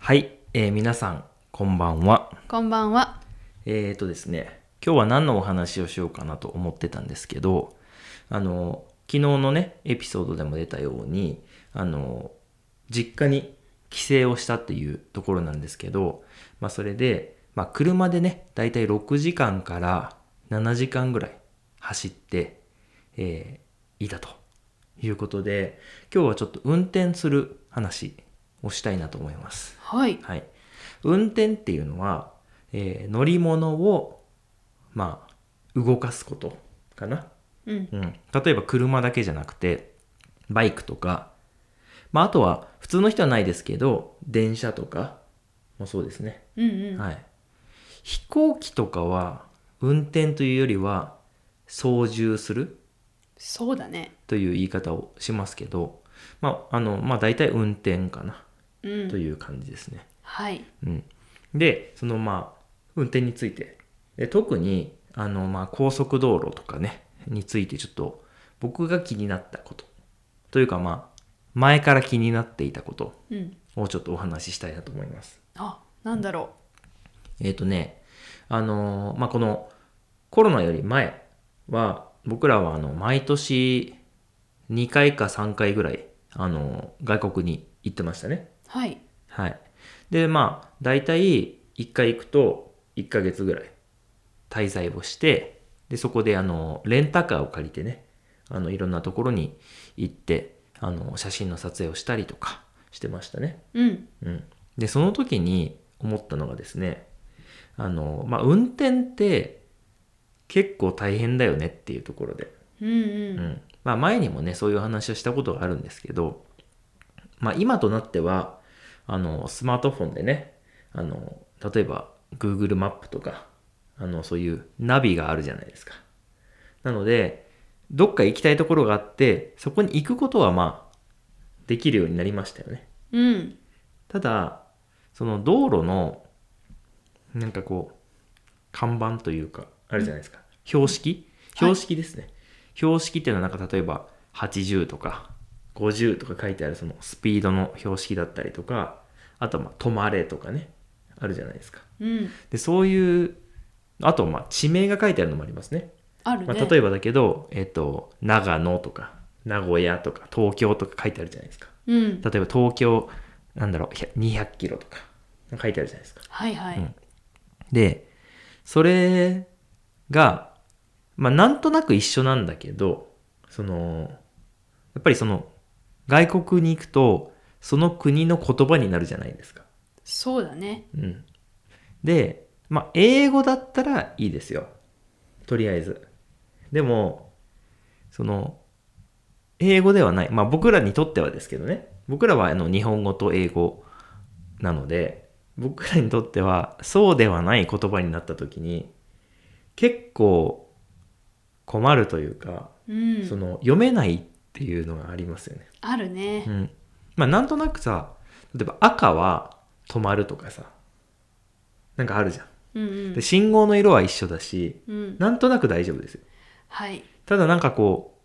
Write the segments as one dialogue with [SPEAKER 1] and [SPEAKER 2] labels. [SPEAKER 1] はい、えー皆さん、こんばんは。
[SPEAKER 2] こんばんは。
[SPEAKER 1] えー、とですね、今日は何のお話をしようかなと思ってたんですけど、あの、昨日のね、エピソードでも出たように、あの、実家に帰省をしたっていうところなんですけど、まあそれで、まあ車でね、だいたい6時間から7時間ぐらい走って、えーいたということで、今日はちょっと運転する話をしたいなと思います。
[SPEAKER 2] はい。
[SPEAKER 1] はい、運転っていうのは、えー乗り物を、まあ、動かすことかな、
[SPEAKER 2] うん。
[SPEAKER 1] うん、例えば車だけじゃなくてバイクとか、まあ、あとは普通の人はないですけど電車とかもそうですね、
[SPEAKER 2] うんうん。
[SPEAKER 1] はい、飛行機とかは運転というよりは操縦する
[SPEAKER 2] そうだね。
[SPEAKER 1] という言い方をしますけど、まああのまあ、大体運転かな
[SPEAKER 2] う
[SPEAKER 1] と
[SPEAKER 2] ん。
[SPEAKER 1] いう感じですね。
[SPEAKER 2] はい。
[SPEAKER 1] うん、でそのまあ運転についてで特にあのまあ高速道路とかねについてちょっと僕が気になったことというかまあ前から気になっていたこと
[SPEAKER 2] うん。
[SPEAKER 1] をちょっとお話ししたいなと思います。
[SPEAKER 2] あ、なんだろ
[SPEAKER 1] えっ、とねあのまあこのコロナより前は僕らはあの毎年2回か3回ぐらいあの外国に行ってましたね。
[SPEAKER 2] う。はい。
[SPEAKER 1] はい。で、まあ、大体、1回行くと、1ヶ月ぐらい滞在をして、で、そこで、あの、レンタカーを借りてね、あの、いろんなところに行って、あの、写真の撮影をしたりとかしてましたね。
[SPEAKER 2] うん。
[SPEAKER 1] うん。で、その時に思ったのがですね、あの、まあ、運転って、結構大変だよねっていうところで。
[SPEAKER 2] うん
[SPEAKER 1] う
[SPEAKER 2] うん。
[SPEAKER 1] んまあ、前にもねそういう話をしたことがあるんですけど、まあ、今となってはあのスマートフォンでねあの例えば Google マップとかあのそういうナビがあるじゃないですかなのでどっか行きたいところがあってそこに行くことはまあできるようになりましたよね
[SPEAKER 2] うん。
[SPEAKER 1] ただその道路のなんかこう看板というかあるじゃないですか、標識
[SPEAKER 2] はい
[SPEAKER 1] 標識ですね、標識っていうのはなんか例えば80とか50とか書いてあるそのスピードの標識だったりとかあとはまあ止まれとかねあるじゃないですか
[SPEAKER 2] うん。
[SPEAKER 1] でそういうあとまあ地名が書いてあるのもありますね
[SPEAKER 2] ある
[SPEAKER 1] まあ、
[SPEAKER 2] ね。
[SPEAKER 1] 例えばだけど、えっと長野とか名古屋とか東京とか書いてあるじゃないですか
[SPEAKER 2] う
[SPEAKER 1] 例え
[SPEAKER 2] ん。
[SPEAKER 1] ば東京なんだろうひゃ200キロとか書いてあるじゃないですか
[SPEAKER 2] はいは
[SPEAKER 1] うん
[SPEAKER 2] い。
[SPEAKER 1] でそれがまあなんとなく一緒なんだけどそのやっぱりその外国に行くとその国の言葉になるじゃないですか、
[SPEAKER 2] そうだね。
[SPEAKER 1] うん、でまあ英語だったらいいですよとりあえずでもその英語ではないまあ僕らにとってはですけどね僕らはあの日本語と英語なので僕らにとってはそうではない言葉になった時に結構困るというか、
[SPEAKER 2] う
[SPEAKER 1] そ
[SPEAKER 2] ん。
[SPEAKER 1] の読めないっていうのがありますよね。
[SPEAKER 2] あるね
[SPEAKER 1] う。ん、まあなんとなくさ例えば赤は止まるとかさなんかあるじゃん
[SPEAKER 2] うん
[SPEAKER 1] で信号の色は一緒だし
[SPEAKER 2] うん。うん。
[SPEAKER 1] なんとなく大丈夫ですよ
[SPEAKER 2] はい。
[SPEAKER 1] ただなんかこ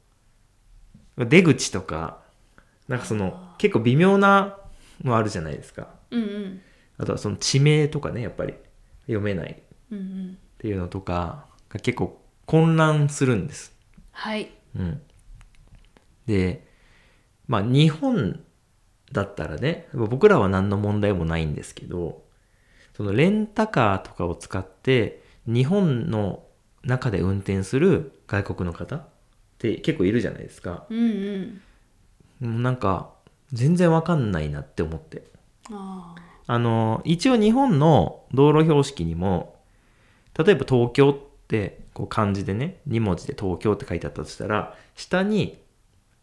[SPEAKER 1] う出口とかなんかその結構微妙なのあるじゃないですか
[SPEAKER 2] うんうん。
[SPEAKER 1] あとはその地名とかねやっぱり読めないっ
[SPEAKER 2] うんうん。
[SPEAKER 1] ていうのとかが結構混乱するんです
[SPEAKER 2] はい。
[SPEAKER 1] うん、でまあ日本だったらね僕らは何の問題もないんですけどそのレンタカーとかを使って日本の中で運転する外国の方って結構いるじゃないですか
[SPEAKER 2] うんうん。
[SPEAKER 1] もうなんか全然わかんないなって思って
[SPEAKER 2] あ
[SPEAKER 1] あの一応日本の道路標識にも例えば東京ってこう漢字でね2文字で東京って書いてあったとしたら下に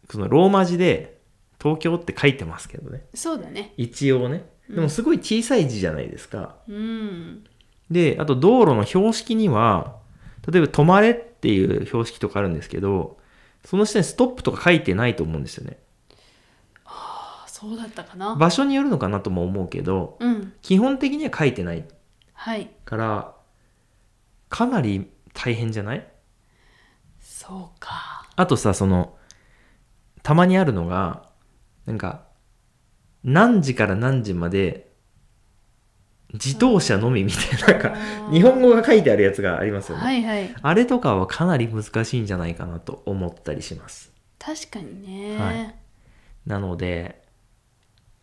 [SPEAKER 1] そのローマ字で東京って書いてますけどね
[SPEAKER 2] あ。そうだね。
[SPEAKER 1] 一応ねでもすごい小さい字じゃないですか、
[SPEAKER 2] うん。
[SPEAKER 1] であと道路の標識には例えば「止まれ」っていう標識とかあるんですけどその下に「ストップ」とか書いてないと思うんですよね
[SPEAKER 2] あ、そうだったかな。
[SPEAKER 1] 場所によるのかなとも思うけど
[SPEAKER 2] うん。
[SPEAKER 1] 基本的には書いてない
[SPEAKER 2] はい。
[SPEAKER 1] からかなり大変じゃない
[SPEAKER 2] そうか。
[SPEAKER 1] あとさそのたまにあるのがなんか何時から何時まで自動車のみみたいな、なんか、
[SPEAKER 2] あー
[SPEAKER 1] 日本語が書いてあるやつがありますよね。
[SPEAKER 2] はいはい
[SPEAKER 1] あれとかはかなり難しいんじゃないかなと思ったりします。
[SPEAKER 2] 確かにね、
[SPEAKER 1] はいなので、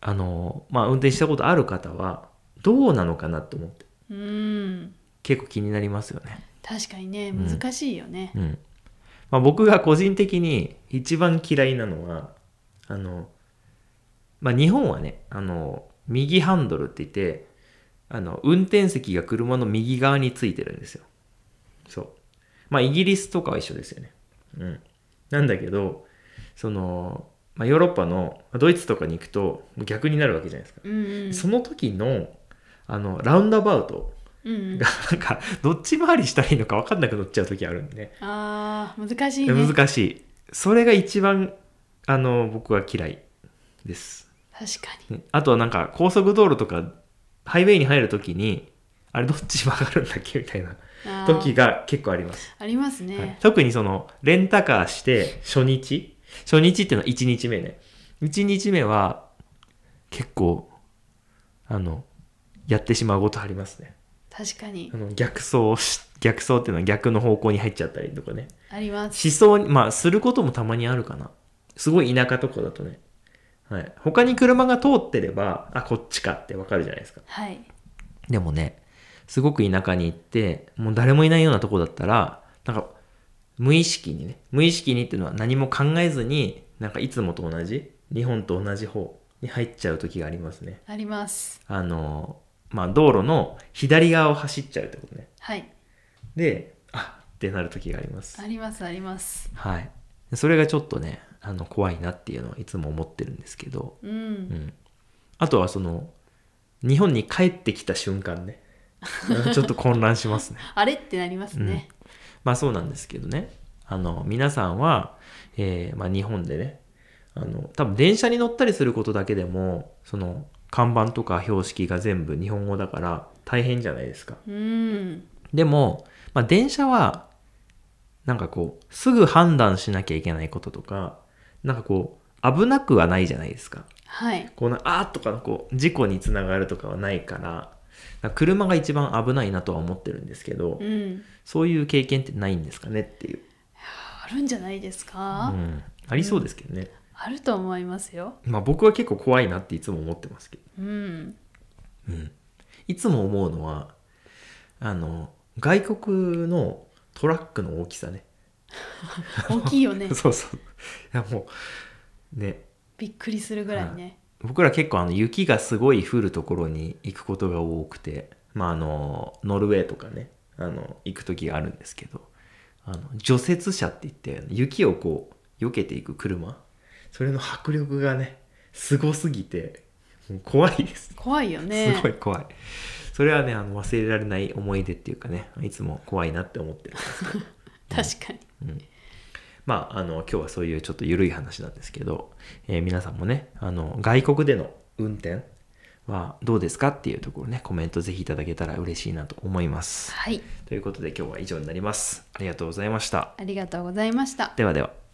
[SPEAKER 1] あの、まあ、運転したことある方は、どうなのかなと思って、
[SPEAKER 2] うん
[SPEAKER 1] 結構気になりますよね。
[SPEAKER 2] 確かにね
[SPEAKER 1] うん
[SPEAKER 2] 難しいよね、
[SPEAKER 1] うん。まあ、僕が個人的に一番嫌いなのは、あの、まあ、日本はね、あの、右ハンドルって言って、あの、運転席が車の右側についてるんですよ。そう。まあ、イギリスとかは一緒ですよね。うん。なんだけど、その、まあ、ヨーロッパの、まあドイツとかに行くと逆になるわけじゃないですか。
[SPEAKER 2] うんうん
[SPEAKER 1] その時の、あの、ラウンダバウト
[SPEAKER 2] うんうん
[SPEAKER 1] が、なんか、どっち回りしたらいいのか分かんなくなっちゃう時あるんでね。
[SPEAKER 2] あー難しいね
[SPEAKER 1] 難しいそれが一番あの僕は嫌いです
[SPEAKER 2] 確かに
[SPEAKER 1] ねあとはなんか高速道路とかハイウェイに入るときにあれどっち曲がるんだっけみたいな
[SPEAKER 2] あー
[SPEAKER 1] 時が結構あります、
[SPEAKER 2] ありますね、
[SPEAKER 1] はい特にそのレンタカーして初日初日っていうのは1日目ね1日目は結構あのやってしまうことありますね
[SPEAKER 2] 確かに
[SPEAKER 1] あの逆走をし逆走っていうのは逆の方向に入っちゃったりとかね
[SPEAKER 2] あります
[SPEAKER 1] 思想にまあすることもたまにあるかなすごい田舎とかだとね、はい、他に車が通ってればあこっちかってわかるじゃないですか
[SPEAKER 2] はい
[SPEAKER 1] でもねすごく田舎に行ってもう誰もいないようなとこだったらなんか無意識にね無意識にっていうのは何も考えずになんかいつもと同じ日本と同じ方に入っちゃう時がありますね
[SPEAKER 2] あります
[SPEAKER 1] あのまあ道路の左側を走っちゃうってことね
[SPEAKER 2] はい
[SPEAKER 1] であってなる時があります
[SPEAKER 2] ありますあります
[SPEAKER 1] はい、それがちょっとねあの怖いなっていうのはいつも思ってるんですけど、
[SPEAKER 2] う
[SPEAKER 1] うんん、あとはその日本に帰ってきた瞬間ね ちょっと混乱しますね。
[SPEAKER 2] あれってなりますね、
[SPEAKER 1] まあそうなんですけどねあの皆さんは、えーまあ、日本でねあの多分電車に乗ったりすることだけでもその看板とか標識が全部日本語だから大変じゃないですか。
[SPEAKER 2] うん、
[SPEAKER 1] でも、まあ、電車は、なんかこう、すぐ判断しなきゃいけないこととか、なんかこう、危なくはないじゃないですか。
[SPEAKER 2] はい
[SPEAKER 1] こうな、あーとかのこう、事故につながるとかはないから、なんか車が一番危ないなとは思ってるんですけど、
[SPEAKER 2] うん
[SPEAKER 1] そういう経験ってないんですかねっていう。
[SPEAKER 2] あるんじゃないです
[SPEAKER 1] う
[SPEAKER 2] か、
[SPEAKER 1] ん。ありそうですけどね。
[SPEAKER 2] あると思いますよ
[SPEAKER 1] まあ僕は結構怖いなっていつも思ってますけど。
[SPEAKER 2] うん
[SPEAKER 1] うん。いつも思うのは、あの、外国のトラックの大きさね。
[SPEAKER 2] 大きいよね
[SPEAKER 1] そうそう。いやもう、ね、
[SPEAKER 2] びっくりするぐらいね、
[SPEAKER 1] 僕ら結構あの雪がすごい降るところに行くことが多くて、まああの、ノルウェーとかね、あの、行く時があるんですけど、あの、除雪車って言って、雪をこう、避けていく車。それの迫力がね、すごすぎて、もう怖いです。
[SPEAKER 2] 怖いよね
[SPEAKER 1] すごい怖い。それはね、あの、忘れられない思い出っていうかね、いつも怖いなって思ってる。
[SPEAKER 2] 確かに
[SPEAKER 1] まあ、あの、今日はそういうちょっと緩い話なんですけど、えー皆さんもね、あの、外国での運転はどうですかっていうところね、コメントぜひいただけたら嬉しいなと思います。
[SPEAKER 2] はい
[SPEAKER 1] ということで今日は以上になります。ありがとうございました。
[SPEAKER 2] ありがとうございました
[SPEAKER 1] ではでは。